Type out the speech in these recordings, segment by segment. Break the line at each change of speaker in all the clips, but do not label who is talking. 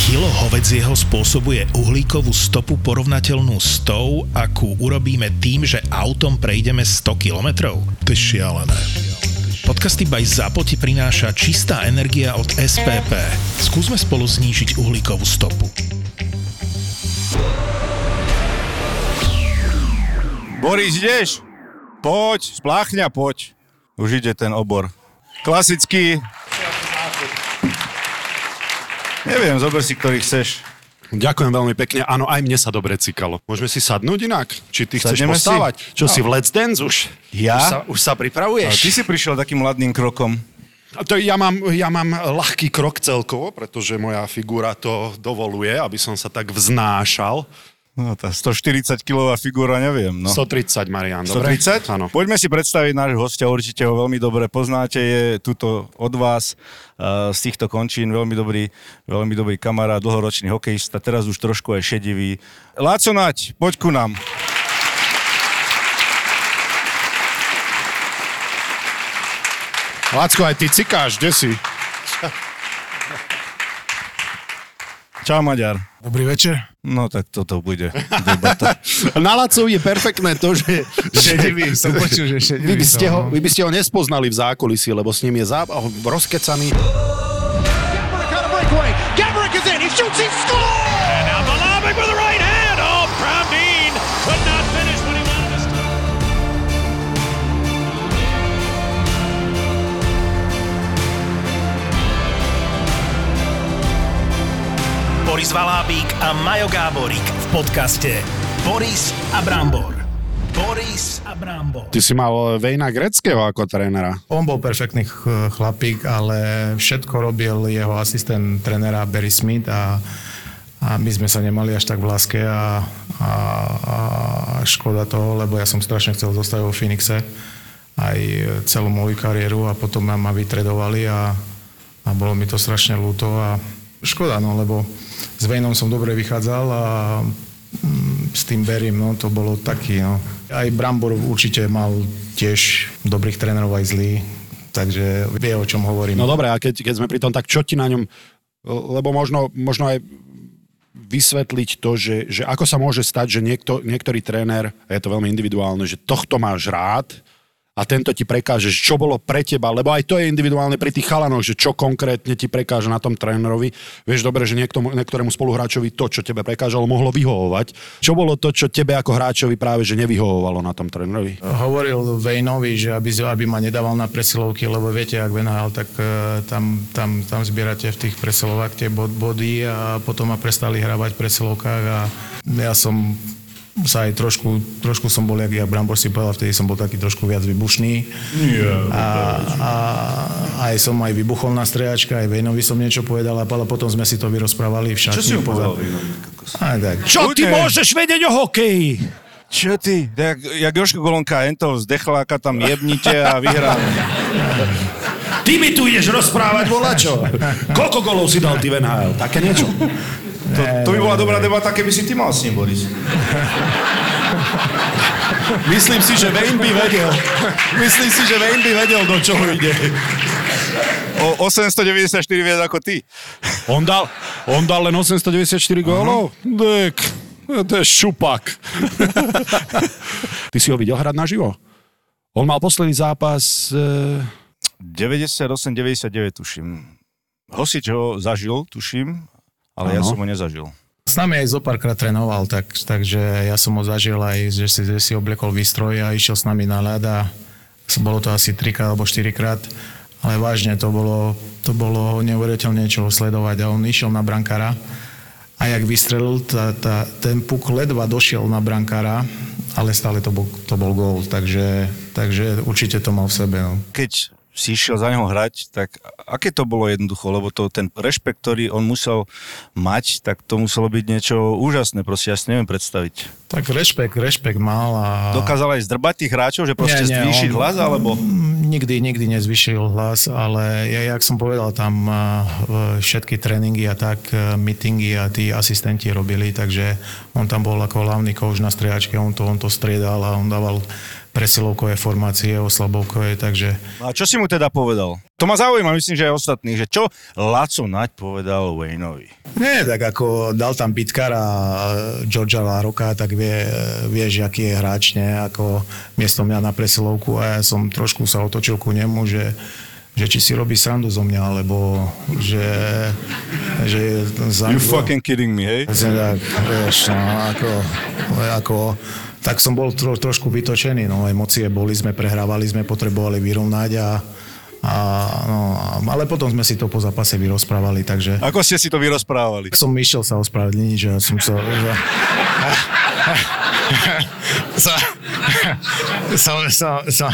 Kilo hovedzieho spôsobuje uhlíkovú stopu porovnateľnú s tou, akú urobíme tým, že autom prejdeme 100 kilometrov?
Ty šialené.
Podcasty by ZAPO ti prináša čistá energia od SPP. Skúsme spolu znížiť uhlíkovú stopu.
Boris, ideš? Poď, spláchňa, poď. Už ide ten obor. Klasický. Neviem, zober si, ktorý chceš.
Ďakujem veľmi pekne. Áno, aj mne sa dobre cikalo. Môžeme si sadnúť inak? Či ty chceš
Sadneme si? No.
postávať? Čo si v Let's Dance už?
Ja?
Už sa, už sa
A
pripravuješ?
ty si prišiel takým ladným krokom.
A To ja, mám, ja mám ľahký krok celkovo, pretože moja figura to dovoluje, aby som sa tak vznášal.
No, tá 140 kilová figura, neviem, no.
130, Marian, dobre?
130?
Áno.
Poďme si predstaviť nášho hostia, určite ho veľmi dobre poznáte, je tuto od vás, eh, z týchto končín, veľmi dobrý, veľmi dobrý kamarát, dlhoročný hokejista, teraz už trošku aj šedivý. Láco Nať, poď ku nám.
Lacko, aj ty cikáš, kde si?
Čau, Maďar.
Dobrý večer.
No tak toto bude debata.
Na Lacov je perfektné to, že, že
Šedivý, som počul, že
vy,
šedivý
by ste
som,
ho,
no.
vy by ste ho nespoznali v zákulisí, lebo s ním je zá, rozkecaný.
Gabrick on a breakaway. Gabrick is in. He shoots. He scores. And now Balabic with the right hand. Oh, Browndean could not finish when he wanted to.
Boris Valábík a Majo Gáborík v podcaste Boris a Brambor. Boris a Brambor.
Ty si mal Vejna Greckého ako trénera.
On bol perfektný ch- chlapík, ale všetko robil jeho asistent trénera Barry Smith a, a my sme sa nemali až tak v láske a, a, a škoda toho, lebo ja som strašne chcel zostať vo Phoenixe aj celú moju kariéru a potom ma- ma vytredovali a, a bolo mi to strašne ľúto a škoda, no lebo s Vejnom som dobre vychádzal a mm, s tým Berim, no to bolo taký, no. Aj Brambor určite mal tiež dobrých trénerov aj zlý, takže vie, o čom hovorím.
No dobre, a keď, keď sme pri tom, tak čo ti na ňom... Lebo možno, možno aj vysvetliť to, že, že ako sa môže stať, že niekto, niektorý tréner, a je to veľmi individuálne, že tohto máš rád a tento ti prekáže, že čo bolo pre teba, lebo aj to je individuálne pri tých chalanoch, že čo konkrétne ti prekáže na tom trénerovi. Vieš dobre, že niektomu, niektorému spoluhráčovi to, čo tebe prekážalo, mohlo vyhovovať. Čo bolo to, čo tebe ako hráčovi práve že nevyhovovalo na tom trénerovi?
hovoril Vejnovi, že aby, aby ma nedával na presilovky, lebo viete, ak venahal, tak e, tam, tam, tam zbierate v tých presilovách tie bod, body a potom ma prestali hravať v presilovkách a ja som sa aj trošku, trošku som bol, jak ja Brambor si povedal, vtedy som bol taký trošku viac vybušný. Yeah, a, a, aj som aj vybuchol na strejačka, aj Vejnovi som niečo povedal, a- ale potom sme si to vyrozprávali v šatni.
si mu
pozad-
povedal,
Aj tak.
Čo ty
môžeš vedieť o hokeji?
Čo ty? Jak, jak Jožko Golonka ento z dechláka tam jebnite a vyhráme.
Ty mi tu ideš rozprávať volačo. Koľko golov si dal ty v NHL? Také niečo.
To, to by bola dobrá debata, keby si ty mal s ním, Boris.
Myslím si, že Wayne by vedel. Myslím si, že Wayne by vedel, do čoho ide.
O 894 viac ako ty.
On dal, on dal len 894 gólov? Dek, to je šupak. ty si ho videl hrať naživo? On mal posledný zápas... E...
98-99 tuším. Hosič ho zažil, tuším, ale ano. ja
Áno.
som ho nezažil.
S nami aj zo párkrát trénoval, tak, takže ja som ho zažil aj, že si, že si oblekol výstroj a išiel s nami na ľad a bolo to asi trikrát alebo štyrikrát, ale vážne to bolo, to bolo neuveriteľne čo ho sledovať a on išiel na brankára a jak vystrelil, tá, tá, ten puk ledva došiel na brankára, ale stále to bol, to bol gól, takže, takže určite to mal v sebe. No.
Keď si išiel za neho hrať, tak aké to bolo jednoducho, lebo to, ten rešpekt, ktorý on musel mať, tak to muselo byť niečo úžasné, proste ja si neviem predstaviť.
Tak rešpekt, rešpekt mal a...
Dokázal aj zdrbať tých hráčov, že proste
No. Nie, nie,
zvýšiť
on-
hlas, alebo...
Mm, Nikdy, nikdy nezvyšil hlas, ale ja, jak som povedal, tam eh, v- všetky tréningy a tak, eh, meetingy a tí asistenti robili, takže on tam bol ako hlavný kouč na striačke, on to, on to striedal a on dával presilovkové formácie, oslabovkové, takže
A čo si mu teda povedal? To ma zaujíma, myslím, že aj ostatní, že čo Laco Naď povedal Wayneovi?
Nie, tak ako dal tam Pitkar a Georgia Laroka, tak vie, vieš, aký je hráč, nie? Ako miesto mňa na presilovku a ja som trošku sa otočil ku nemu, že že či si robí srandu zo mňa, alebo že... že za
You fucking kidding me, hej?
Presne tak, vieš, no, ako, ako, tak som bol tro, trošku vytočený, no, emócie boli, sme prehrávali, sme potrebovali vyrovnať a, a no, ale potom sme si to po zápase vyrozprávali, takže...
Ako ste si to vyrozprávali?
Som išiel sa ospravedlniť, že som sa... Že... sa, som, som, som,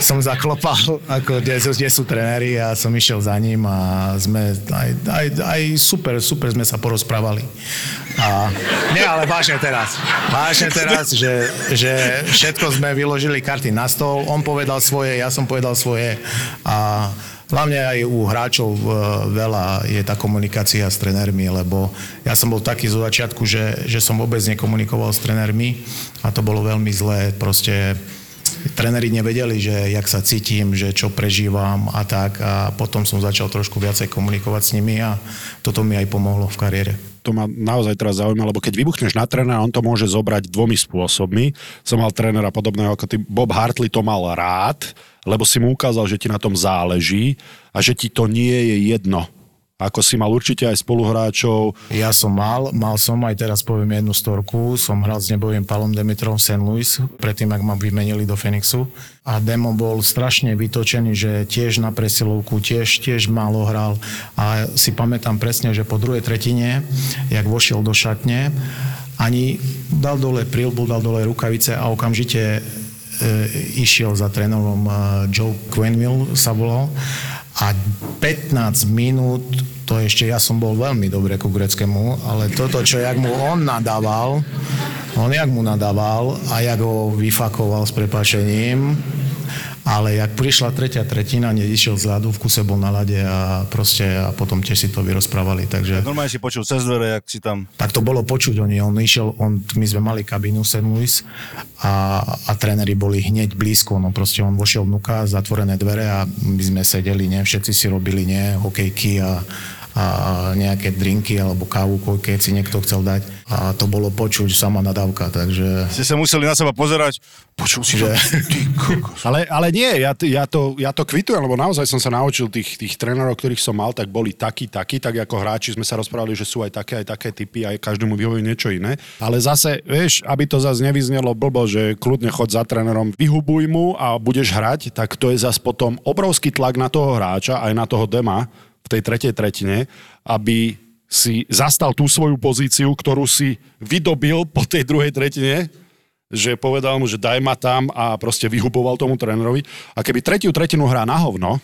som zaklopal, ako, kde, sú- kde sú trenéri a som išiel za ním a sme aj, aj, aj super, super sme sa porozprávali. A, nie, ale vážne teraz. Vážne teraz, že, že všetko sme vyložili karty na stôl, on povedal svoje, ja som povedal svoje a Hlavne aj u hráčov e, veľa je tá komunikácia s trénermi, lebo ja som bol taký zo začiatku, že, že som vôbec nekomunikoval s trénermi a to bolo veľmi zlé. Proste tréneri nevedeli, že jak sa cítim, že čo prežívam a tak a potom som začal trošku viacej komunikovať s nimi a toto mi aj pomohlo v kariére.
to ma naozaj teraz zaujíma, lebo keď vybuchneš na trénera, on to môže zobrať dvomi spôsobmi. Som mal trénera podobného ako ty. Bob Hartley to mal rád, lebo si mu ukázal, že ti na tom záleží a že ti to nie je jedno. Ako si mal určite aj spoluhráčov,
Ja som mal, mal som aj teraz poviem jednu storku, som hral s nebojím Palom Demitrom v St. Louis, predtým, ak ma vymenili do Phoenixu. A Demo bol strašne vytočený, že tiež na presilovku, tiež, tiež málo hral. A si pamätám presne, že po druhej tretine, jak vošiel do šatne, ani dal dole prilbu, dal dole rukavice a okamžite e, išiel za trénerom e, Joe Quenville sa volal a 15 minút to ešte ja som bol veľmi dobre ku greckému, ale toto, čo jak mu on nadával, on jak mu nadával a jak ho vyfakoval s prepačením, ale jak prišla tretia tretina, nedišiel z ľadu, v kuse bol na ľade a proste a potom tiež si to vyrozprávali, takže...
Normálne si počul cez dvere, jak si tam...
Tak to bolo počuť, oni, on išiel, on, my sme mali kabínu St. Louis a, a tréneri boli hneď blízko, no proste on vošiel vnuka, zatvorené dvere a my sme sedeli, ne, všetci si robili, ne, hokejky a, a nejaké drinky alebo kávu, koľko, keď si niekto chcel dať. A to bolo počuť sama nadávka, takže...
Ste sa museli na seba pozerať. Počul si, že...
Ale, ale nie, ja, t- ja, to, ja to kvitujem, lebo naozaj som sa naučil tých, tých trénerov, ktorých som mal, tak boli takí, takí, tak ako hráči sme sa rozprávali, že sú aj také, aj také typy, aj každému vyhovuje niečo iné. Ale zase, vieš, aby to zase nevyznelo blbo, že kľudne chod za trénerom, vyhubuj mu a budeš hrať, tak to je zase potom obrovský tlak na toho hráča, aj na toho dema v tej tretej tretine, aby si zastal tú svoju pozíciu, ktorú si vydobil po tej druhej tretine, že povedal mu, že daj ma tam a proste vyhuboval tomu trénerovi. A keby tretiu tretinu hrá na hovno,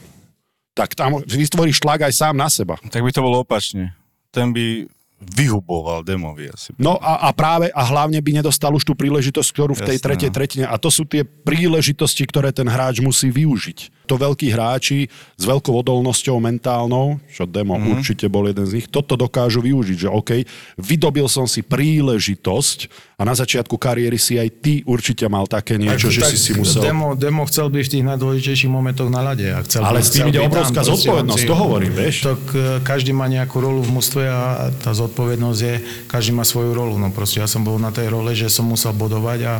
tak tam vytvoríš tlak aj sám na seba.
Tak by to bolo opačne. Ten by vyhuboval demovi asi.
No a, a práve a hlavne by nedostal už tú príležitosť, ktorú v tej
Jasné.
no.
tretej tretine. A to sú tie príležitosti, ktoré ten hráč musí využiť. To veľkí hráči s veľkou odolnosťou mentálnou, čo Demo mm-hmm.
Mhm.
určite bol jeden z nich, toto dokážu využiť, že OK, vydobil som si príležitosť a na začiatku kariéry si aj ty určite mal také niečo, že
tak
si si musel...
Demo, demo chcel byť v tých najdôležitejších momentoch na ľade. A chcel
Ale
byť-
s tým
chcel
ide
byť
obrovská
tam, proste,
zodpovednosť,
on si-
to hovorím, vieš.
Tak e, každý má nejakú rolu v mústve a tá zodpovednosť je, každý má svoju rolu. No proste ja som bol na tej role, že som musel bodovať a,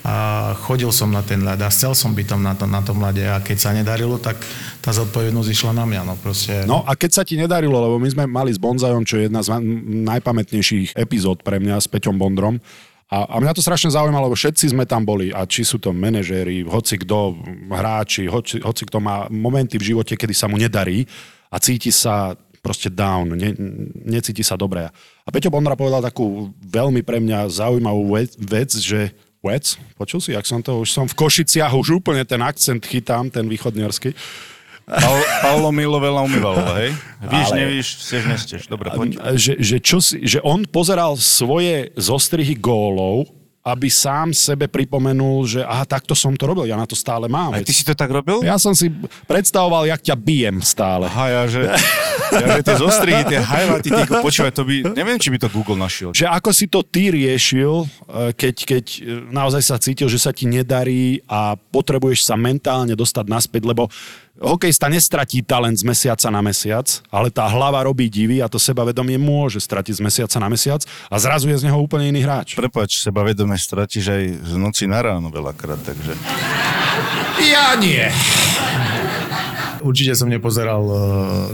a chodil som na ten ľad a chcel som byť tam na, to, na tom ľade a keď sa nedarilo, tak tá zodpovednosť išla na mňa. No proste...
No a keď sa ti nedarilo, lebo my sme mali s Bonzajom, čo je jedna z ma- najpamätnejších epizód pre mňa s Peťom Bondrom, a, a mňa to strašne zaujímalo, lebo všetci sme tam boli, a či sú to manažéri, hoci kto, hráči, hoci, hoci kto má momenty v živote, kedy sa mu nedarí a cíti sa proste down, ne, necíti sa dobre. A Peťo Bondra povedal takú veľmi pre mňa zaujímavú vec, vec že vec, počul si, jak som to, už som v Košiciach, už úplne ten akcent chytám, ten východňarský,
Paul, Paulo Milo veľa umývalo, hej? Víš, Ale... nevíš, stieš, nestieš. Dobre, poď.
že, že, čo si, že on pozeral svoje zostrihy gólov a aby sám sebe pripomenul, že aha, takto som to robil, ja na to stále mám.
Aj ty si to tak robil?
Ja som si predstavoval, jak ťa bijem stále.
Aha, ja že, ja, že tie zostrihy, tie highlighty, ty, počúvaj, to by, neviem, či by to Google našiel.
Že ako si to ty riešil, eh, keď, keď eh, naozaj sa cítil, že sa ti nedarí a potrebuješ sa mentálne dostať naspäť, lebo hokejista nestratí talent z mesiaca na mesiac, ale tá hlava robí divy a to sebavedomie môže stratiť z mesiaca na mesiac a zrazu je z neho úplne iný hráč.
Prepač, seba vedome stratíš aj z noci na ráno veľakrát, takže...
Ja nie.
Určite som nepozeral uh,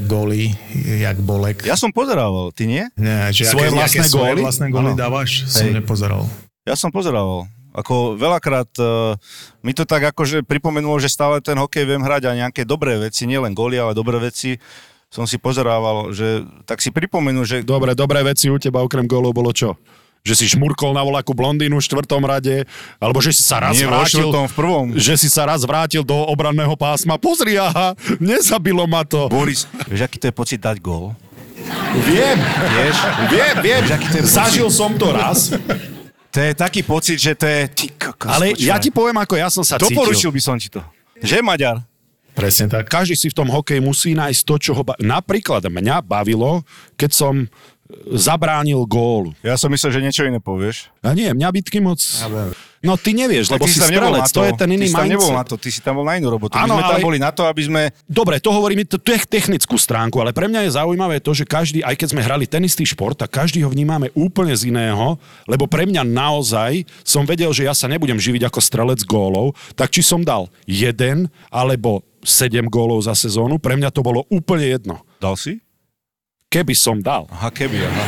góly, jak Bolek.
Ja som pozerával, ty nie?
Nie, že
Svoje vlastné
aké svoje
góly?
vlastné góly
Áno.
dávaš, som
Hej.
nepozeral.
Ja som pozerával. Ako veľakrát uh, mi to tak akože pripomenulo, že stále ten hokej viem hrať a nejaké dobré veci, nielen góly, ale dobré veci som si pozerával, že tak si pripomenú, že
Dobre, dobré veci u teba okrem golov bolo čo? Že si šmurkol na voláku blondínu v štvrtom rade, alebo že si sa raz
Nie, vo
vrátil...
štvrtom, v prvom.
Že si sa raz vrátil do obranného pásma. Pozri, aha, nezabilo ma to.
Boris, vieš, aký to je pocit dať gól?
Viem,
Vieš?
viem, viem.
Vieš, aký to je pocit?
Zažil som to raz,
To je taký pocit, že to je... Ty kokos,
ale ja
počúvaj.
ti poviem, ako ja som sa
Doporučil
cítil.
by som ti to. Že, Maďar?
Presne tak.
Každý si v tom hokeji musí nájsť to, čo ho... Ba- Napríklad mňa bavilo, keď som e, zabránil gólu.
Ja som myslel, že niečo iné povieš.
A nie, mňa bitky moc... No ty nevieš, lebo
Tak
si
tam nebol
strelec,
na
to je ten iný
ty si tam nebol
mindset.
na to, ty si tam bol na inú robotu.
Áno,
My sme tam
ale-
boli na to, aby sme...
Dobre, to hovoríme t- tech- technickú stránku, ale pre mňa je zaujímavé to, že každý, aj keď sme hrali ten istý šport, tak každý ho vnímame úplne z iného, lebo pre mňa naozaj som vedel, že ja sa nebudem živiť ako strelec gólov, tak či som dal jeden alebo sedem gólov za sezónu, pre mňa to bolo úplne jedno.
Dal si?
Keby som dal.
Aha, keby, aha.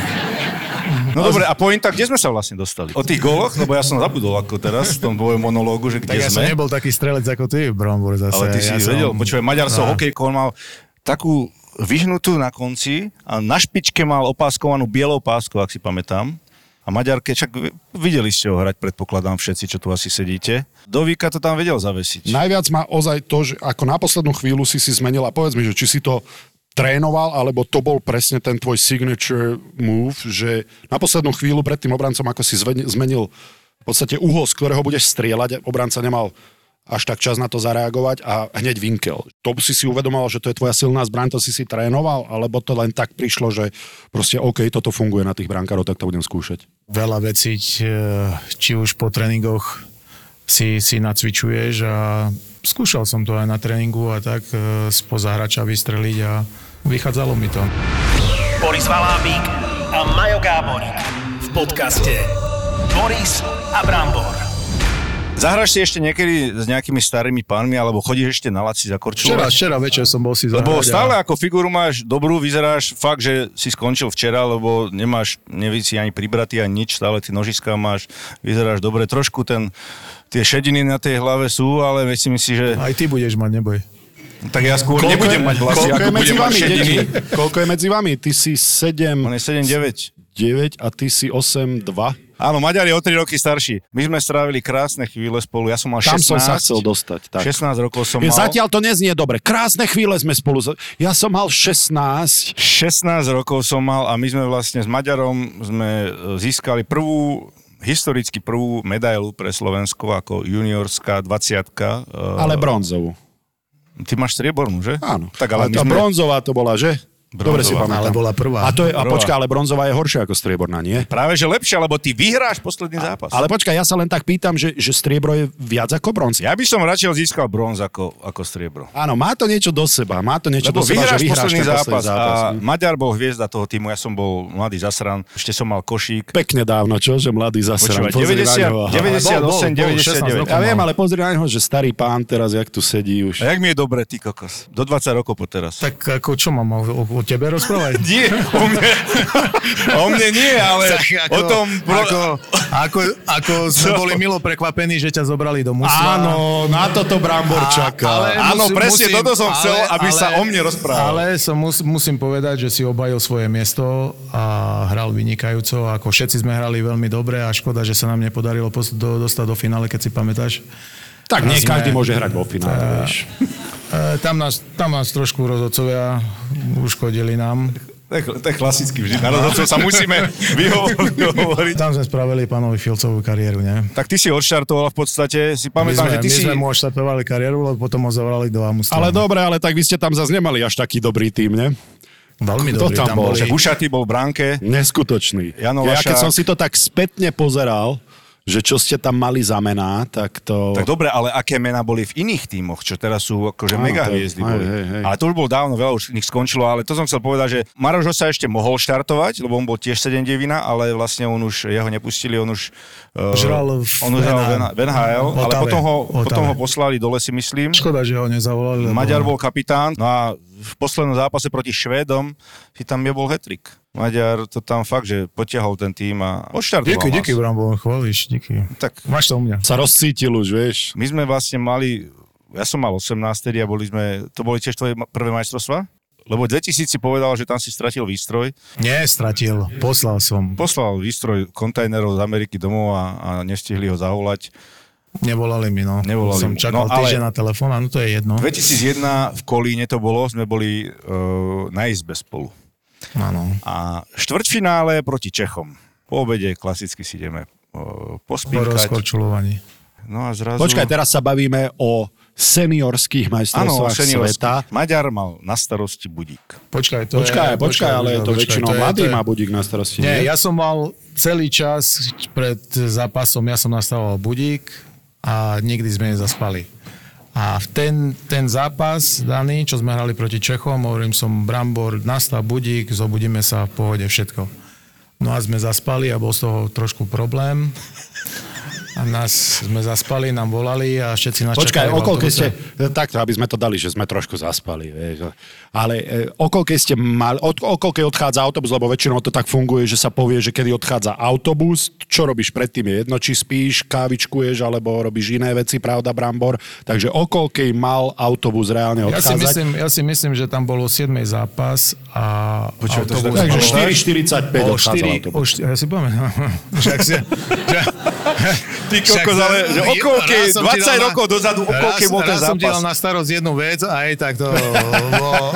No dobre, a pointa, kde sme sa vlastne dostali? O tých góloch, lebo ja som zabudol ako teraz v tom tvojom monológu, že kde
Tak ja som
sme.
nebol taký strelec ako ty, Brombor, zase.
ale ty si
ja
ja vedel, počúvaj, Maďar sa
No.
hokejko, on mal takú vyhnutú na konci a na špičke mal opáskovanú bielou páskou, ak si pamätám. A Maďarke, však vi- videli ste ho hrať, predpokladám všetci, čo tu asi sedíte. Dovíka to tam vedel zavesiť.
Najviac ma ozaj to, že ako na poslednú chvíľu si si zmenil a povedz mi, že či si to trénoval, alebo to bol presne ten tvoj signature move, že na poslednú chvíľu pred tým obrancom, ako si zven- zmenil v podstate uhol, z ktorého budeš strieľať, obranca nemal až tak čas na to zareagovať a hneď vinkel. To si si uvedomoval, že to je tvoja silná zbraň, to si si trénoval, alebo to len tak prišlo, že proste OK, toto funguje na tých brankárov, tak to budem skúšať.
Veľa vecí, e, či už po tréningoch si, si nacvičuješ a skúšal som to aj na tréningu a tak e, spoza hrača vystreliť a vychádzalo mi to.
Boris Valábík a Majo Gáborík v podcaste Boris a Brambor.
Zahraš si ešte niekedy s nejakými starými pánmi, alebo chodíš ešte na laci za korčulu?
Včera, včera večer som bol si zahrať.
Lebo
no.
a-
stále ako figuru máš dobrú, vyzeráš fakt, že si skončil včera, lebo nemáš, nevíš si ani pribratý, ani nič, stále ty nožiska máš, vyzeráš dobre, trošku ten, tie šediny na tej hlave sú, ale myslím si, že
Aj ty budeš mať, neboj.
tak ja skôr
Koľko je-
nebudem mať vlasy,
koľko
ako
je medzi
budem mať
vami,
šediny.
deti? Koľko je medzi vami? Ty si 7...
On je 7-9.
9 a ty si 8, 2.
Áno, Maďar je o 3 roky starší. My sme strávili krásne chvíle spolu, ja som mal 16.
Tam som sa chcel dostať, tak.
16 rokov som mal.
Zatiaľ to neznie dobre. Krásne chvíle sme spolu. za- Ja som mal 16.
16 rokov som mal a my sme vlastne s Maďarom sme e, získali prvú historicky prvú medailu pre Slovensko ako juniorská 20
Ale bronzovú.
Ty máš striebornú, že?
Áno.
Tak ale, my
tá
sme...
bronzová to bola, že? Dobre si
Bronzová.
pamätám.
Ale bola prvá.
A, to je, a
Prvá.
počkaj, ale bronzová je horšia ako strieborná, nie?
Práve že lepšie, lebo ty vyhráš posledný zápas.
Ale počkaj, ja sa len tak pýtam, že, že striebro je viac ako bronz.
Ja by som radšej získal bronz ako, ako striebro.
Áno, má to niečo do seba. Má to niečo
Lebo
do seba,
vyhráš,
že vyhráš
posledný,
ten
zápas,
posledný zápas. hm.
a Maďar bol hviezda toho týmu, ja som bol mladý zasran, ešte som mal košík.
Pekne dávno, čo? Že mladý zase.
Počúvaj, 90, 98,
bol, bol,
99.
16 rokov
Ja viem, ale pozri na neho, že starý pán teraz, jak tu sedí už.
A jak mi je dobre, ty kokos. Do 20 rokov po teraz.
Tak ako čo mám o, o, o tebe rozprávať?
Nie, o mne, o mne nie, ale
Tak
ako, o tom... Bro...
ako, ako, ako sme boli milo prekvapení, že ťa zobrali do mužstva.
na toto Brambor
áno, presne toto som chcel, aby sa o mne rozprával.
Ale som, mus, musím povedať, že si obajil svoje miesto a hral vynikajúco. Ako všetci sme hrali veľmi dobre a škoda, že sa nám nepodarilo pos- do, dostať do finále, keď si pamätáš.
Tak nie
Raz sme-
každý môže hrať vo finále, vieš.
E, tam, nás, tam nás trošku rozhodcovia uškodili nám.
To je, to je klasicky vždy. Na rozhodcov sa musíme vyhovoriť.
Tam sme spravili pánovi Filcovú kariéru, ne?
Tak ty si odštartoval v podstate, si
My
pamätám,
sme,
že
my
ty si...
sme mu odštartovali kariéru, lebo potom ho zavrali do Amustana.
Ale dobre, ale tak vy ste tam zase nemali až taký dobrý tým, ne?
Veľmi
Kto
dobrý,
tam
tam,
bol?
boli...
Že
Bušaty bol v bránke.
Neskutočný.
Jano
ja
Lašák.
keď som si to tak spätne pozeral, že čo ste tam mali za mená, tak to...
Tak dobre, ale aké mená boli v iných tímoch, čo teraz sú akože
Áno,
mega
to je-
hviezdy
hej,
boli.
hej, hej.
Ale to už bol dávno, veľa už nich skončilo, ale to som chcel povedať, že Maroš sa ešte mohol štartovať, lebo on bol tiež 7 devina, ale vlastne on už, jeho nepustili, on už... eh,
Žral v
on už hral
NHL.
v NHL, ale
Otave.
potom ho, potom
Otave.
ho poslali dole si myslím.
Škoda, že ho nezavolali. lebo-
Maďar bol kapitán, no a v poslednom zápase proti Švédom si tam nebol hetrik. Maďar to tam fakt, že potiahol ten tým a odštartoval
Díky,
nás.
díky, Brambo, chválíš, díky.
Tak
Máš to u mňa.
sa rozcítil už, vieš.
my sme vlastne mali, ja som mal 18 tedy a boli sme, to boli tiež tvoje ma- prvé majstrovstvá? Lebo 2000 si povedal, že tam si stratil výstroj.
Nie, stratil. Poslal som.
Poslal výstroj kontajnerov z Ameriky domov a, a nestihli ho zavolať.
Nevolali mi, no.
Nevolali
som
mu. No,
čakal
ale-
týždeň na telefón, a no to je jedno.
2001 v Kolíne to bolo, sme boli uh, na izbe spolu.
Áno.
A štvrťfinále proti Čechom. Po obede klasicky si ideme uh,
Po
pospínkať.
rozkorčulovaní.
No a zrazu...
Počkaj, teraz sa bavíme o seniorských
Áno,
majstrovstvách
seniorský.
sveta.
Maďar mal na starosti budík.
Počkaj, to
Počkaj,
je...
počkaj, ale je to
počkaj,
väčšinou
to je-
mladý
to je-
má budík na starosti.
Nie,
nie?
ja som mal celý čas pred zápasom, ja som nastavoval budík a nikdy sme nezaspali. A v ten, ten zápas daný, čo sme hrali proti Čechom, hovorím som Brambor, nastav budík, zobudíme sa v pohode, všetko. No a sme zaspali a bol z toho trošku problém. A nás sme zaspali, nám volali a všetci nás
Počkaj,
čakali
o
v
koľkej
autobuse.
ste, takto, aby sme to dali, že sme trošku zaspali, vieš. Ale e, o koľkej ste mali, od, o koľkej odchádza autobus, lebo väčšinou to tak funguje, že sa povie, že kedy odchádza autobus, čo robíš predtým je jedno, či spíš, kávičkuješ, alebo robíš iné veci, pravda, Brambor. Takže o koľkej mal autobus reálne
Ja si,
odchádzať?
myslím, ja si myslím, že tam bol o 7. zápas a
Počúvaj, to
autobus
si tak
Takže
bol-
4.45
o
odchádzal
4,
autobus.
o 4, ja si pamätám. Však si,
Ty kokos, ale že o koľkej, 20 rokov dozadu, o koľkej bol ten
raz som ti dal
zápas?
na starosť jednu vec a aj tak to bolo,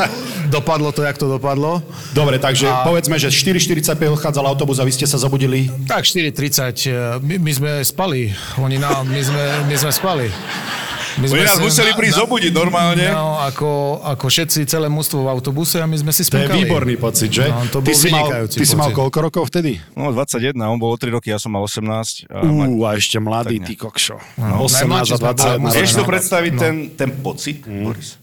dopadlo to, jak to dopadlo.
Dobre, takže
A-
povedzme, že 4.45 odchádzal autobus a vy ste sa zobudili.
Tak 4.30, e, my, my sme spali, oni nám, my sme, my sme spali. My
Oni nás
si
museli prísť zobudiť normálne.
No, ako, ako všetci, celé mústvo v autobuse a my sme si
To je
spinkali.
výborný pocit, že?
No, to
ty
bol
si mal,
vynikajúci
ty si mal
pocit.
koľko rokov vtedy?
No 21, on bol o 3 roky, ja som mal 18. A ma...
Ú, a ešte
Tak
mladý,
ne.
ty kokšo.
No,
18
najmladší
a
sme boli,
20.
Vieš si to
No.
predstaviť, ten, ten pocit,
Mm.
Boris?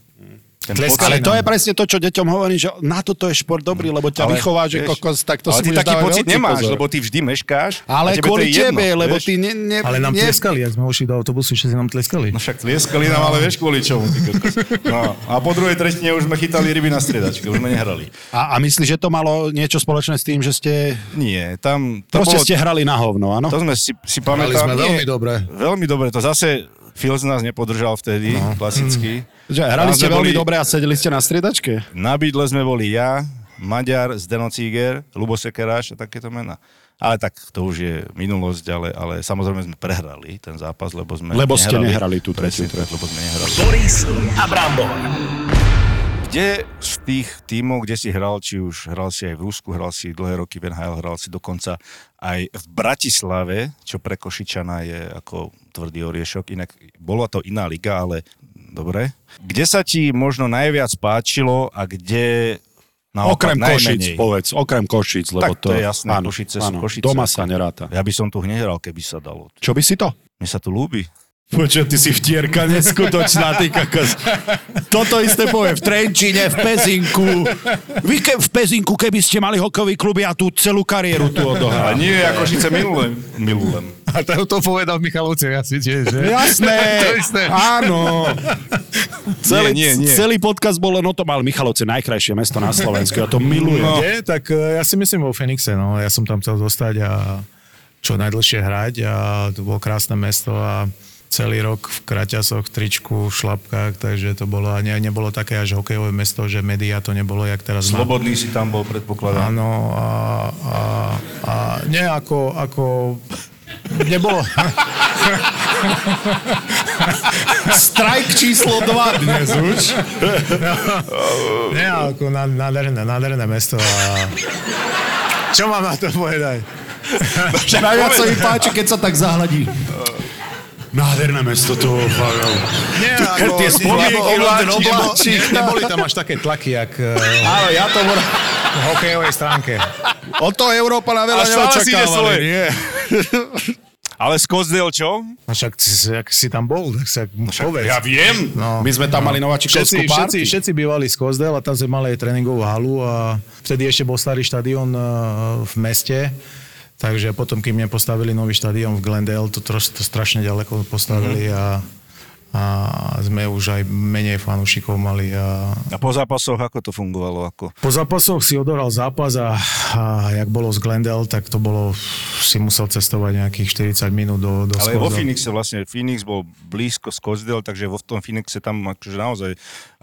Ten
Ale
Tleskali
pocit.
to je presne to, čo deťom hovorím, že na toto je šport dobrý, lebo ťa
Ale
vychová, že
vieš,
kokos, tak to
ale
si
ty
budeš
taký
dávať
pocit
veľký
nemáš,
pozor.
lebo ty vždy meškáš.
Ale
a tebe to
kvôli
je jedno,
tebe, lebo
vieš?
ty ne, ne,
Ale nám
ne,
tlieskali, ak sme ušli do autobusu, všetci nám tlieskali.
No však tlieskali nám, ale vieš kvôli čomu. ty kokos. No. A po druhej tretine už sme chytali ryby na striedačke, už sme nehrali.
A, a myslíš, že to malo niečo spoločné s tým, že ste...
Nie, tam... To
Proste
bolo-
ste hrali na hovno, áno?
To sme si, si pamätali.
sme veľmi dobre.
Veľmi dobre, to zase Phil z nás nepodržal vtedy, no. klasicky.
Mhm. Že hrali
Tam
ste
sme
veľmi
boli-
dobre a sedeli ste na striedačke?
Na bydle sme boli ja, Maďar, Zdeno Ciger, Lubo Sekeráš a takéto mená. Ale tak to už je minulosť, ale, ale samozrejme sme prehrali ten zápas, lebo sme
Lebo ste nehrali tú tretiu
Presne, Lebo sme nehrali.
Boris a Brambor.
Kde z tých tímov, kde si hral, či už hral si aj v Rusku, hral si dlhé roky v NHL, hral si dokonca aj v Bratislave, čo pre Košičana je ako tvrdý oriešok, inak bola to iná liga, ale dobre. Kde sa ti možno najviac páčilo a kde naopak
Okrem
No, najmenej?
Košic, povedz. Okrem Košic, lebo
tak to, je jasné,
áno,
Košice sú
áno,
Košice.
Doma sa neráta.
Ja by som tu nehral, keby sa dalo.
Čo by si to?
Mne sa tu ľúbi.
Počo, ty si vtierka neskutočná, ty kokos. Toto isté povie v Trenčine, v Pezinku. Vy ke, v Pezinku, keby ste mali hokejový klub, ja tú celú kariéru tu
A
odohrám.
nie, ako Košice minulem. Minulem.
A to, to povedal Michalovce, ja si tiež, že?
Jasné,
To isté.
áno. Celý,
nie, nie.
celý podcast bol len o tom, ale Michalovce je najkrajšie mesto na Slovensku, ja to milujem.
No.
No.
Nie, tak e, ja si myslím vo Fenixe, no. Ja som tam chcel zostať a čo najdlhšie hrať a to bolo krásne mesto a celý rok v kraťasoch, tričku, v šlapkách, takže to bolo, a ne, nebolo také až hokejové mesto, že médiá to nebolo, jak teraz má.
Slobodný si tam bol, predpokladám.
Áno, a, a, a nie ako, ako nebolo.
Strike číslo 2 dnes už.
Nie, ako ná- nádherné, nádherné mesto a... Čo mám na to povedať?
Najviac sa mi páči, keď sa tak zahladí.
Nádherné mesto to.
Nie, ako...
Tie spomienky
Obla-
London
nebolo-
obláčik.
ne- Neboli tam až také tlaky, jak eh,
Áno, ja to...
v hokejovej stránke.
Od toho Európa na
A
veľa
stále si ide svoje.
neočakávali.
Nie.
Ale Scottsdale čo?
A No však si- ak si tam bol, tak sa povedz.
Ja viem.
No.
My sme tam mali nováčikovskú
Všetci, všetci,
party.
všetci bývali z Kozdel a tam sme mali aj tréningovú halu a vtedy ešte bol starý štadión eh, v meste. Takže potom, kým nepostavili nový štadión v Glendale, to, tro, to strašne ďaleko postavili
Mhm.
a, a sme už aj menej fanúšikov mali. A,
A po zápasoch ako to fungovalo? Ako?
po zápasoch si odohral zápas a, a jak bolo z Glendale, tak to bolo, si musel cestovať nejakých 40 minút do, do
Ale vo
Scottsdale.
Phoenixe vlastne, Phoenix bol blízko Scottsdale, takže vo v tom Phoenixe tam akože naozaj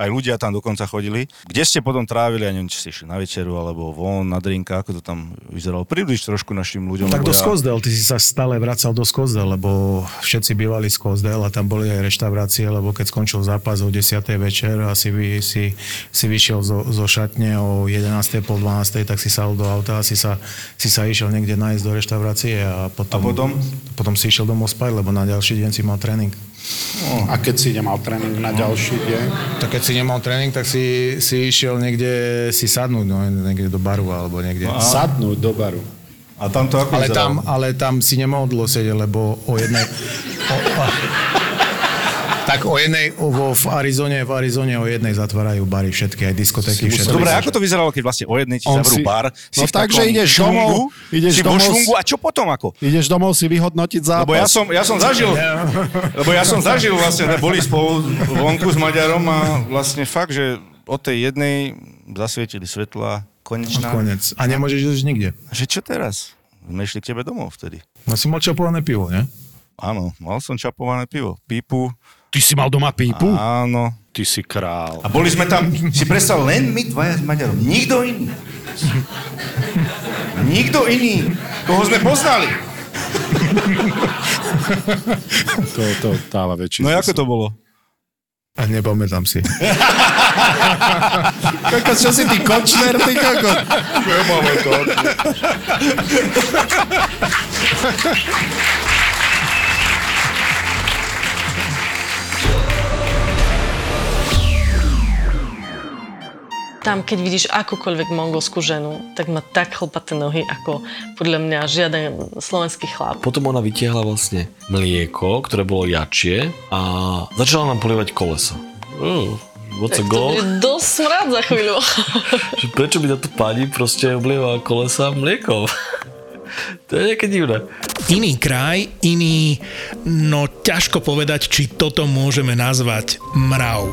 aj ľudia tam dokonca chodili. Kde ste potom trávili, ja neviem, či ste išli na večeru alebo von, na drinka, ako to tam vyzeralo? Približ trošku našim ľuďom.
Tak
lebo
do
ja-
Skozdel, ty si sa stále vracal do Skozdel, lebo všetci bývali Skozdel a tam boli aj reštaurácie, lebo keď skončil zápas o 10. večer a si, vy- si, si vyšiel zo, zo šatne o 11. pol 12. tak si sal do auta a si sa, si sa išiel niekde nájsť do reštaurácie a
A
potom,
potom?
potom si išiel domov spať, lebo na ďalší deň si mal tréning.
A keď si idem mal tréning na ďalší deň?
Tak keď si nemal tréning, tak si, si išiel niekde si sadnúť, no, niekde do baru alebo
No
niekde.
Sadnúť do baru.
A tam to ako
Ale
vyzeralo?
tam, ale tam si nemohol dlho sedieť, lebo o jednej... O, o, tak o jednej, o, vo, v Arizone, v Arizone o jednej zatvárajú bary všetky, aj diskotéky, všetky.
Dobre, ako to vyzeralo, keď vlastne o jednej ti
On
zavrú
si-
bar? v
No tak, že
takom
ideš domov,
šungu,
ideš
si vo
domov s-
šungu a čo potom ako?
Ideš domov si vyhodnotiť zápas?
Lebo ja som, ja som zažil, lebo ja som zažil vlastne, že boli spolu vonku s Maďarom a vlastne fakt, že od tej jednej zasvietili svetla,
No.
konečná.
Konec. A nemôžeš ísť nikde.
Že čo teraz? Sme išli k tebe domov vtedy.
No si mal čapované pivo, ne?
Áno, mal som čapované pivo, pípu,
Ty si mal doma pípu?
áno.
Ty si král.
A boli sme tam, si predstav, len my dvaja s Maďarom, nikto iný. Nikto iný, koho sme poznali.
To, to dáva väčší
No ako to bolo?
A nepamätám si.
Koko, čo si ty kočner, ty koko?
Tam, keď vidíš akúkoľvek mongolskú ženu, tak má tak chlpaté nohy, ako podľa mňa žiaden slovenský chlap.
Potom ona vytiahla vlastne mlieko, ktoré bolo jačie a začala nám polievať koleso. Uh, what's a
Tak to
goal?
bude dosť smrad za chvíľu.
Že prečo by táto pani proste oblieva kolesa mliekom? to je nejaké divné.
Iný kraj, iný... No ťažko povedať, či toto môžeme nazvať mrav.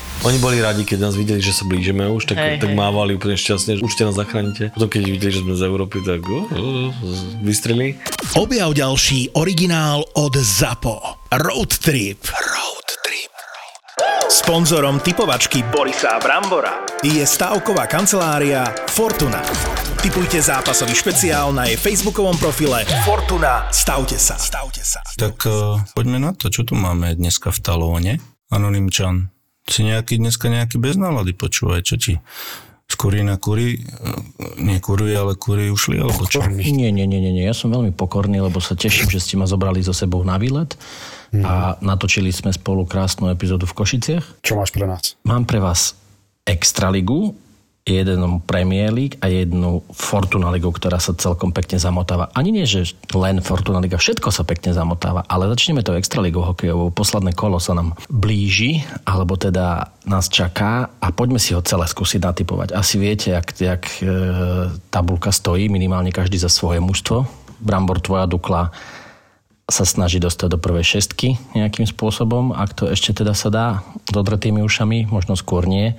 Oni boli radi, keď nás videli, že sa blížime už, tak,
Hej,
tak
hej.
mávali úplne šťastne, že určite nás zachránite. Potom keď videli, že sme z Európy, tak uh, uh, vystreli.
Objav ďalší originál od ZAPO. Road Trip. Road Trip. Sponzorom typovačky Borisa Brambora je stavková kancelária Fortuna. Typujte zápasový špeciál na jej facebookovom profile Fortuna. Stavte sa. Stavte sa.
Tak eh, poďme na to, čo tu máme dneska v talóne. Anonymčan, si nejaký, dneska nejaký bez nálady počúvaj, čo ti z kurí na kurí, eh, nie kurí, ale kurí ušli, alebo čo?
Nie, nie, nie, nie, nie. Ja som veľmi pokorný, lebo sa teším, že ste ma zobrali so sebou na výlet a natočili sme spolu krásnu epizódu v Košiciach.
Čo máš pre nás?
Mám pre vás Extraligu, jednu Premier League a jednu Fortuna Ligu, ktorá sa celkom pekne zamotáva. Ani nie, že len Fortuna Liga, všetko sa pekne zamotáva, ale začneme to Extraligou hokejovou. Posledné kolo sa nám blíži, alebo teda nás čaká a poďme si ho celé skúsiť natypovať. Asi viete, jak, jak e, tabulka stojí, minimálne každý za svoje mužstvo. Brambor, tvoja Dukla, sa snaží dostať do prvej šestky nejakým spôsobom, ak to ešte teda sa dá, s odretými ušami, možno skôr nie.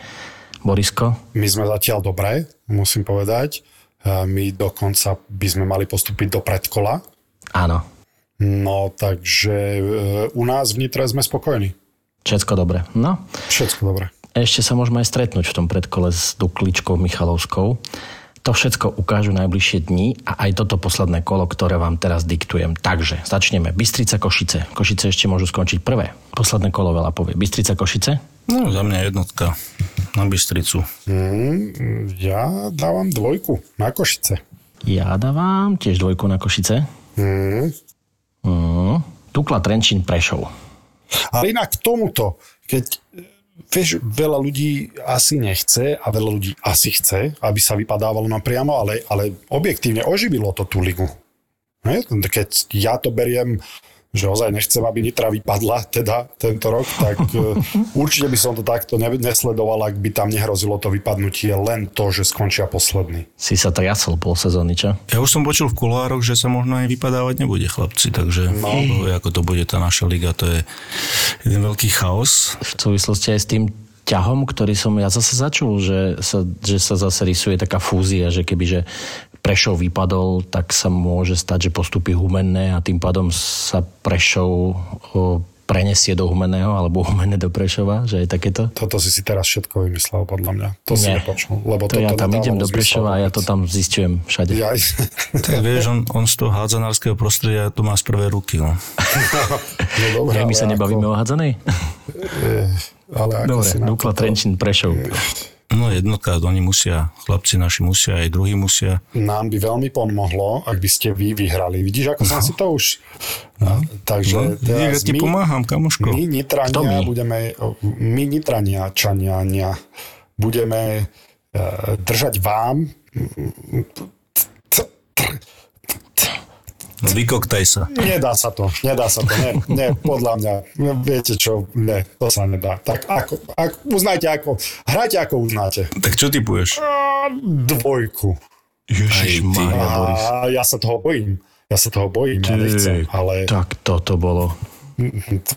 Borisko?
My sme zatiaľ dobré, musím povedať. E, My dokonca by sme mali postúpiť do predkola.
Áno,
No takže e, u nás v Nitre sme spokojní.
všetko dobre. No,
Všetko dobre.
ešte sa môžeme aj stretnúť v tom predkole s Dukličkou Michalovskou. To všetko ukážu najbližšie dni a aj toto posledné kolo, ktoré vám teraz diktujem. Takže začneme. Bystrica Košice. Košice ešte môžu skončiť prvé. Posledné kolo veľa povie. Bystrica Košice?
No, za mňa jednotka na Bystricu.
Ja dávam dvojku na Košice.
Ja dávam tiež dvojku na Košice. Mm. Tukla Trenčín Prešov.
Ale inak k tomuto, keď e, vieš, veľa ľudí asi nechce a veľa ľudí asi chce, aby sa vypadávalo napriamo, ale, ale objektívne oživilo to tú ligu. Ne? Keď ja to beriem že ozaj nechcem, aby Nitra vypadla teda tento rok, tak e, určite by som to takto ne- nesledoval, ak by tam nehrozilo to vypadnutie, len to, že skončia posledný.
Si sa triasol pol sezóny, čo?
Ja už som počul v kuloároch, že sa možno aj vypadávať nebude chlapci, takže no. ako to bude tá naša liga, to je jeden veľký chaos.
v súvislosti aj s tým ťahom, ktorý som ja zase začul, že sa, že sa zase rysuje taká fúzia, že keby že Prešov vypadol, tak sa môže stať, že postupí Humenné a tým pádom sa Prešov o, prenesie do Humenného alebo Humenné do Prešova, že je takéto?
Toto si si teraz všetko vymyslel, podľa mňa. To si
Nie.
nepočul, lebo
To
toto
ja tam
nedávalo
idem do
zmysel
Prešova a ja
vôbec.
to tam zistujem všade.
Ja,
Tak vieš, on, on z toho hádzanárskeho prostredia to má z prvej ruky. No.
no dobré,
Ja, my sa
ale
nebavíme o hádzanej?
ako- Ale ako
Dobre,
si na e,
Dukla Trenčín, Prešov.
no jednotka, oni musia, chlapci naši musia, aj druhí musia.
nám by veľmi pomohlo, ak by ste vy vyhrali. Vidíš, ako som si to už... No.
No,
Takže
ja ti pomáham, kamoško.
my
Kto
Nitrania
my?
budeme... My Nitrania, Čania, nia, budeme eh, držať vám
No, vykoktaj sa.
Nedá sa to, nedá sa to, ne, ne, podľa mňa, no, viete čo, ne, to sa nedá. Tak ako, ako uznajte ako, hráte ako uznáte.
Tak čo typuješ?
Dvojku.
Ježišmarja, Boris.
A ja sa toho bojím, ja sa toho bojím, ja nechcem, ale
Tak toto bolo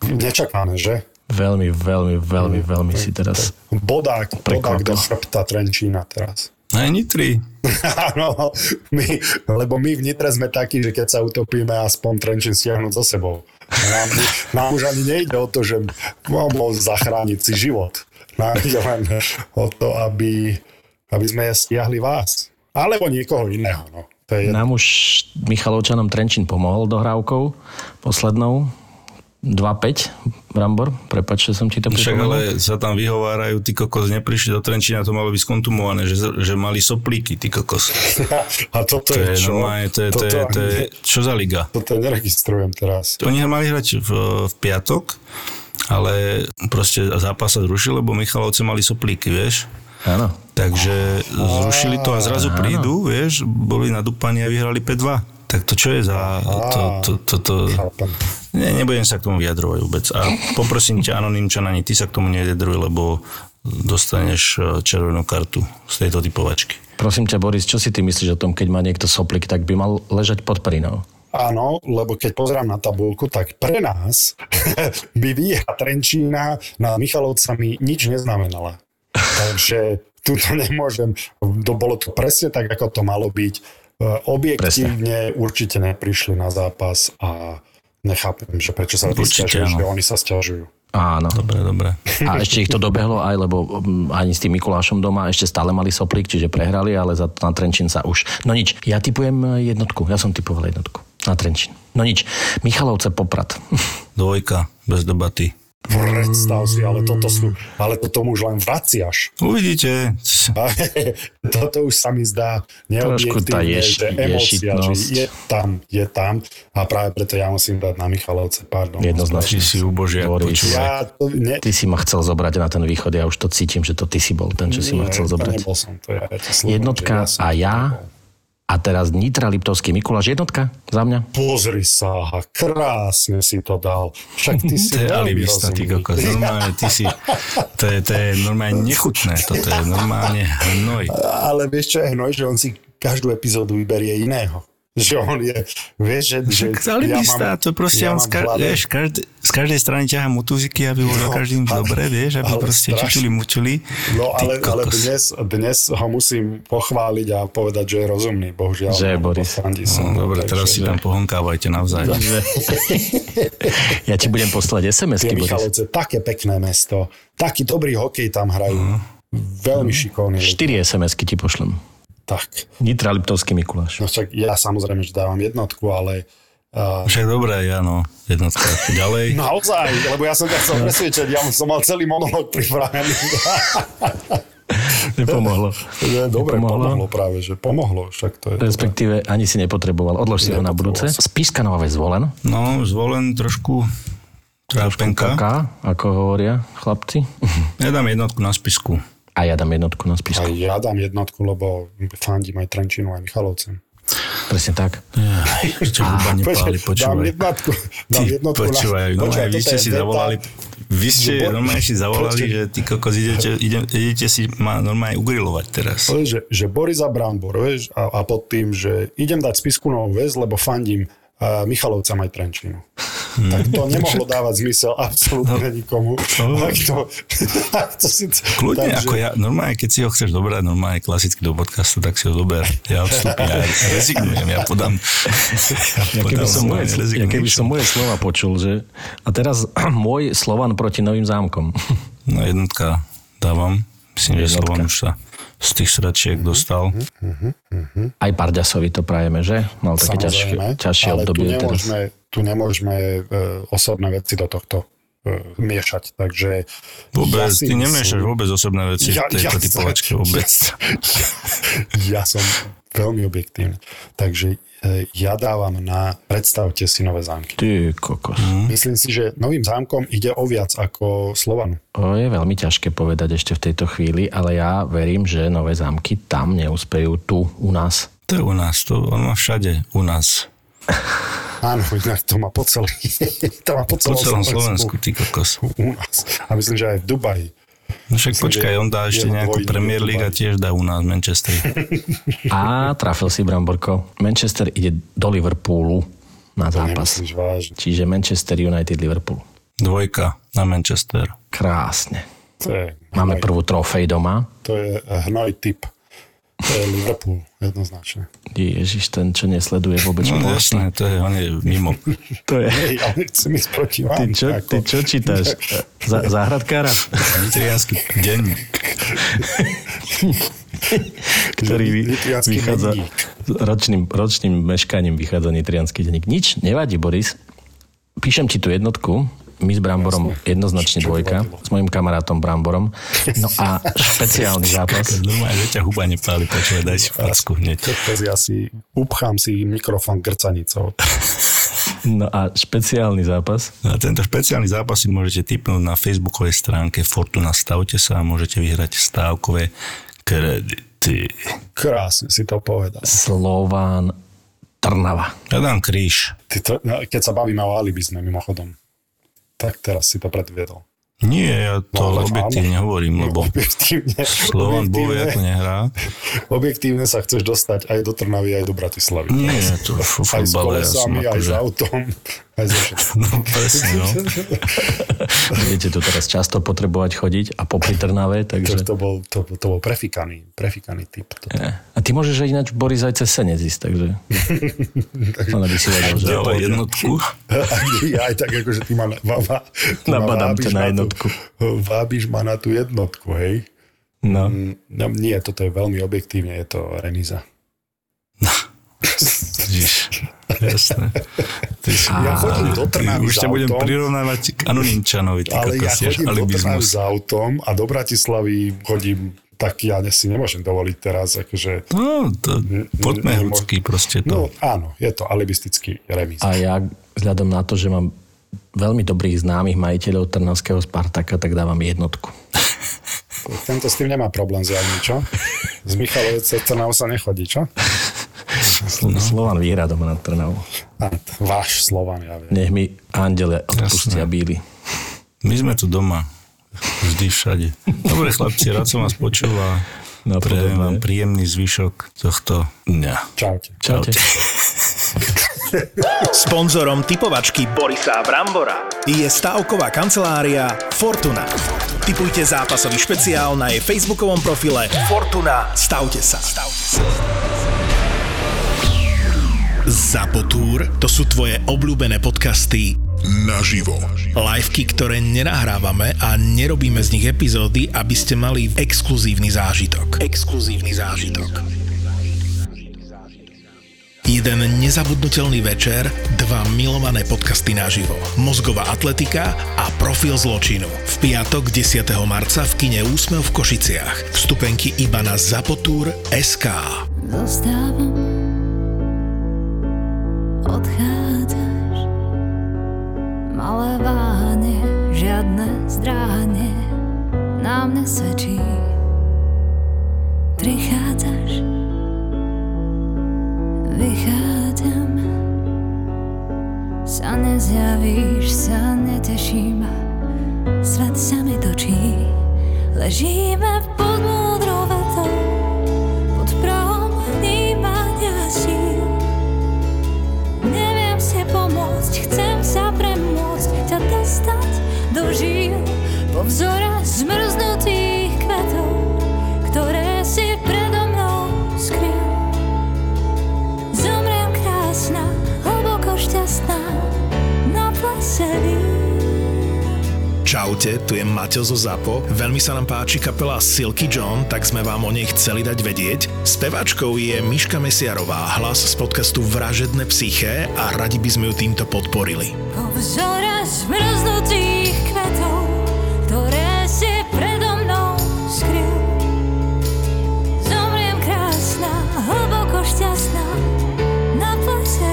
nečakáme, že?
veľmi, veľmi, veľmi,
Mm,
veľmi si teraz...
Bodák, bodák
Prekvapil.
do chrbta Trenčína teraz.
Aj Nitri.
Áno, my, lebo my v Nitre sme takí, že keď sa utopíme, aspoň Trenčín stiahnuť so sebou. Nám, nám už ani nejde o to, že mohol zachrániť si život. Nám ide len o to, aby, aby sme stiahli vás. Alebo niekoho iného. No. To je jedno.
Nám už Michalovčanom Trenčín pomohol dohrávkou poslednou. 2-5, Brambor, prepač, že som ti to
Však ale
pripomenul.
sa tam vyhovárajú, ty kokos neprišli do Trenčína, to malo byť skontumované, že, že mali soplíky, ty kokos.
A toto
To
je,
je
čo?
normálne, to je, to
toto,
je, to je,
ani-
čo za liga?
toto neregistrujem teraz.
Oni mali hrať v, v piatok, ale proste zápas sa zrušil, lebo Michalovce mali soplíky, vieš?
Áno.
Takže zrušili to a zrazu prídu, vieš, boli nadúpaní a vyhrali 5-2. Tak to čo je za... To, to, to, to,
Chápem.
ne, nebudem sa k tomu vyjadrovať vôbec. A poprosím ťa, anonymčan, ani ty sa k tomu nevyjadruj, lebo dostaneš eh, červenú kartu z tejto typovačky.
Prosím ťa, Boris, čo si ty myslíš o tom, keď má niekto soplik, tak by mal ležať pod perinou?
Áno, lebo keď pozerám na tabulku, tak pre nás by výhra Trenčína nad Michalovcami nič neznamenala. Takže tu to nemôžem, to bolo to presne tak, ako to malo byť. E, Objektívne určite neprišli na zápas a nechápem, že prečo sa ty
Určite
stiažuješ,
áno.
že oni sa stiažujú.
Áno.
Dobre, dobre.
A ešte ich to dobehlo aj, lebo mm, ani s tým Mikulášom doma ešte stále mali soplik, čiže prehrali, ale za, na Trenčín sa už... No nič, ja typujem eh, jednotku, ja som typoval jednotku na Trenčín. No nič, Michalovce Poprad.
Dvojka, bez debaty.
Predstav si, ale toto sú, ale to tomu už len vraciaš.
Uvidíte.
Toto už sa mi zdá
Trošku
neobjektívne,
tá ješ-
že emócia, že
ješitnosť.
je tam, je tam a práve preto ja musím dať na Michalovce, pardon.
Ty
Jednoznačne.
si ubožiak,
Boris.
počúvaj.
Ja to ne,
Ty si ma chcel zobrať na ten východ, ja už to cítim, že to ty si bol ten, čo si ma
nie,
chcel
to
zobrať.
nebol som, to ja, ja to sledujem,
Jednotka
že som to
a ja
nebol.
a teraz Nitra Liptovský Mikuláš. Jednotka za mňa.
Pozri sa, aha, krásne si to dal. Však ty si
To je
veľmi
alibista, ty
rozumný.
kokos. Normálne, ty si... To je, to je normálne nechutné. Toto je normálne hnoj.
Ale vieš čo je hnoj, že on si každú epizódu vyberie iného. že on je, vieš, že... že
Zalibista, ja to proste ja on z, ka- vieš, každý, z každej strany ťaha motúziky, aby bolo no, každým ale, dobre, vieš, aby proste straš... čučuli mučuli.
No ale, ale dnes, dnes ho musím pochváliť a povedať, že je rozumný, bohužiaľ.
Že je Boris.
Som, no, dobre, takže, teraz si tam pohonkávajte navzájom.
ja ti budem poslať SMS-ky,
Boris. Michalovce, také pekné mesto, taký dobrý hokej tam hrajú. Uh-huh. Veľmi šikovný.
4 SMS-ky ti pošlem.
Tak.
Nitra Liptovský Mikuláš.
No však ja samozrejme, že dávam jednotku, ale...
Uh... Však dobré, ja no, jednotka. Ďalej.
Naozaj, lebo ja som ťa chcel presvedčiť, ja som mal celý monológ pripravený.
Nepomohlo.
Dobre, nepomohlo. pomohlo práve, že pomohlo. Však to je
Respektíve dobré. ani si nepotreboval. Odlož si ho na budúce. Spiška Nová zvolen.
No, zvolen trošku trápenka.
Kaká, ako hovoria chlapci.
Ja dám jednotku na spisku.
A ja dám jednotku na spisku.
A ja dám jednotku, lebo fandím aj Trenčinu, aj Michalovcem.
Presne tak.
Ja, čo hudba nepáli, počúvaj.
Dám jednotku. Dám jednotku
ty, počúvaj, na... no, počúvaj, vy ste si veta. zavolali, vy ste že normálne si zavolali, počúvaj. že ty kokos idete, ide, idete si ma normálne ugrilovať teraz.
Že, že Borisa Brambor, vieš, a, a pod tým, že idem dať spisku novú väz, lebo fandím uh, Michalovcam aj Trenčinu.
Hm.
Hmm. Tak to nemohlo dávať zmysel absolútne no. nikomu. No. Tak to, tak to si,
Kľudne, takže... ako ja, normálne, keď si ho chceš dobrať, normálne klasicky do podcastu, tak si ho dober. Ja vstúpim, ja rezignujem, ja podám.
Ja, podám keby, som moje, ja keby som moje slova počul, že... A teraz môj Slovan proti Novým zámkom.
No jednotka dávam. Myslím, že Slovan už sa z tých sračiek mm-hmm, dostal. Mm-hmm,
mm-hmm. Aj Parďasovi to prajeme, že? Mal také ťažšie, ťažšie
tu
obdobie
nemôžeme, teraz. Tu nemôžeme e, osobné veci do tohto e, miešať, takže...
Vôbec, ja ty myslím, nemiešaš vôbec osobné veci ja, v tejto ja, typovačke vôbec.
Ja, ja som veľmi objektívny, takže e, ja dávam na predstavte si nové zámky.
Ty kokos.
Hm?
Mm.
Myslím si, že novým zámkom ide o viac ako Slovanu.
To je veľmi ťažké povedať ešte v tejto chvíli, ale ja verím, že nové zámky tam neúspejú tu u nás.
To je u nás, to on má všade u nás.
Áno, inak to má po celý, to má po, celom
po celom Slovensku. Slovensku, ty kokos.
U nás. A myslím, že aj v Dubaji.
No však myslím, počkaj, on dá ešte nejakú Premier League a tiež dá u nás Manchester.
a trafil si Bramborko. Manchester ide do Liverpoolu na zápas. Čiže Manchester United Liverpool.
Dvojka na Manchester.
Krásne. To je Máme hnoj. prvú trofej doma.
To je hnoj typ. To je Liverpool, jednoznačne.
Ježiš, ten, čo nesleduje vôbec
No pohľad. jasné, to je, on je mimo.
to je...
Hej, ale chcem ísť proti vám.
Ty čo, ako... ty čo čítaš? E, Za, záhradkára?
Nitriánsky deň.
ktorý vy, vychádza ročným, ročným meškaním vychádza nitrianský denník. Nič, nevadí, Boris. Píšem ti tú jednotku, my s Bramborom Jasne. jednoznačne dvojka, s mojim kamarátom Bramborom. No a špeciálny zápas.
Normálne, že ťa huba nepáli, počúvaj, daj si facku hneď.
Teraz ja si upchám si mikrofón grcanicou.
No a špeciálny zápas?
A tento špeciálny zápas si môžete typnúť na facebookovej stránke Fortuna Stavte sa a môžete vyhrať stávkové kredity.
Krásne si to povedal.
Slován Trnava.
Ja dám kríž.
Ty to, no, keď sa bavíme o alibizme, mimochodom tak teraz si to predviedol.
Nie, ja to no, objektívne áno. hovorím, lebo objektívne, Slovan bol, ako nehrá.
Objektívne sa chceš dostať aj do Trnavy, aj do Bratislavy.
Nie, ne? to v
Aj s
kolesami,
ja aj že... s autom, aj so
No presne, no.
Budete tu teraz často potrebovať chodiť a popri Trnave, takže...
To, to, bol, to, to bol prefikaný, prefikaný typ. Toto.
Ja. A ty môžeš aj ináč Boris aj cez Senec ísť, takže... Len aby si vedel, že...
Ale jednotku.
aj tak, akože ty ma... ma, ma
Nabadám ťa na jednu jednotku.
Vábiš ma na tú jednotku, hej?
No.
no. Nie, toto je veľmi objektívne, je to remiza.
No. Jasné. Ty si...
Ja chodím do Trnavy
Už ťa budem prirovnávať k Anonimčanovi.
Ale ja chodím do Trnavy s autom a do Bratislavy chodím tak ja si nemôžem dovoliť teraz, akože...
No, to, poďme nemôž... ľudský proste to.
mm, No, áno, je to alibistický remis.
A ja, vzhľadom na to, že mám veľmi dobrých známych majiteľov Trnavského Spartaka, tak dávam jednotku.
Tento s tým nemá problém zjavne, čo? Z Michalovce Trnav sa nechodí, čo?
No. Slovan vyhrá doma na Trnavu.
A váš Slovan, ja viem.
Nech mi andele odpustia bíly.
My sme tu doma. Vždy všade. Dobre chlapci, rád som vás počul a no, vám príjemný zvyšok tohto dňa.
Čaute.
Čaute. Čaute.
Sponzorom typovačky Borisa Brambora je stavková kancelária Fortuna. Typujte zápasový špeciál na jej facebookovom profile Fortuna. Stavte sa. Stavte sa. Zapotúr, to sú tvoje obľúbené podcasty naživo. Liveky, ktoré nenahrávame a nerobíme z nich epizódy, aby ste mali exkluzívny zážitok. Exkluzívny zážitok. Jeden nezabudnutelný večer, dva milované podcasty naživo. Mozgová atletika a profil zločinu. V piatok 10. marca v kine Úsmev v Košiciach. Vstupenky iba na Zapotur SK.
Zostávam, odchádzaš, malé váhanie, žiadne zdráhanie nám nesvedčí. Prichádzaš, vychádzam, sa nezjavíš, sa neteším, svet sa mi točí. Ležíme pod múdrou vetou, pod prahom vnímania síl. Neviem si pomôcť, chcem sa premôcť, ťa dostať do žil. Po vzore zmrznutých kvetov, ktoré si predo mnou skryl. Zomrem krásna, hlboko šťastná, na plese
Čaute, tu je Maťo zo Zapo. Veľmi sa nám páči kapela Silky John, tak sme vám o nej chceli dať vedieť. Spevačkou je Miška Mesiarová, hlas z podcastu Vražedné psyché a radi by sme ju týmto podporili.
Po vzore zmrznutých kvetov, ktoré si predo mnou skryl. Zomriem krásna, hlboko šťastná, na plese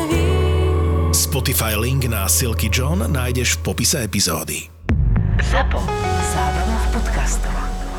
Spotify link na Silky John nájdeš v popise epizódy.
Zapo. Zábrná v podcastovách.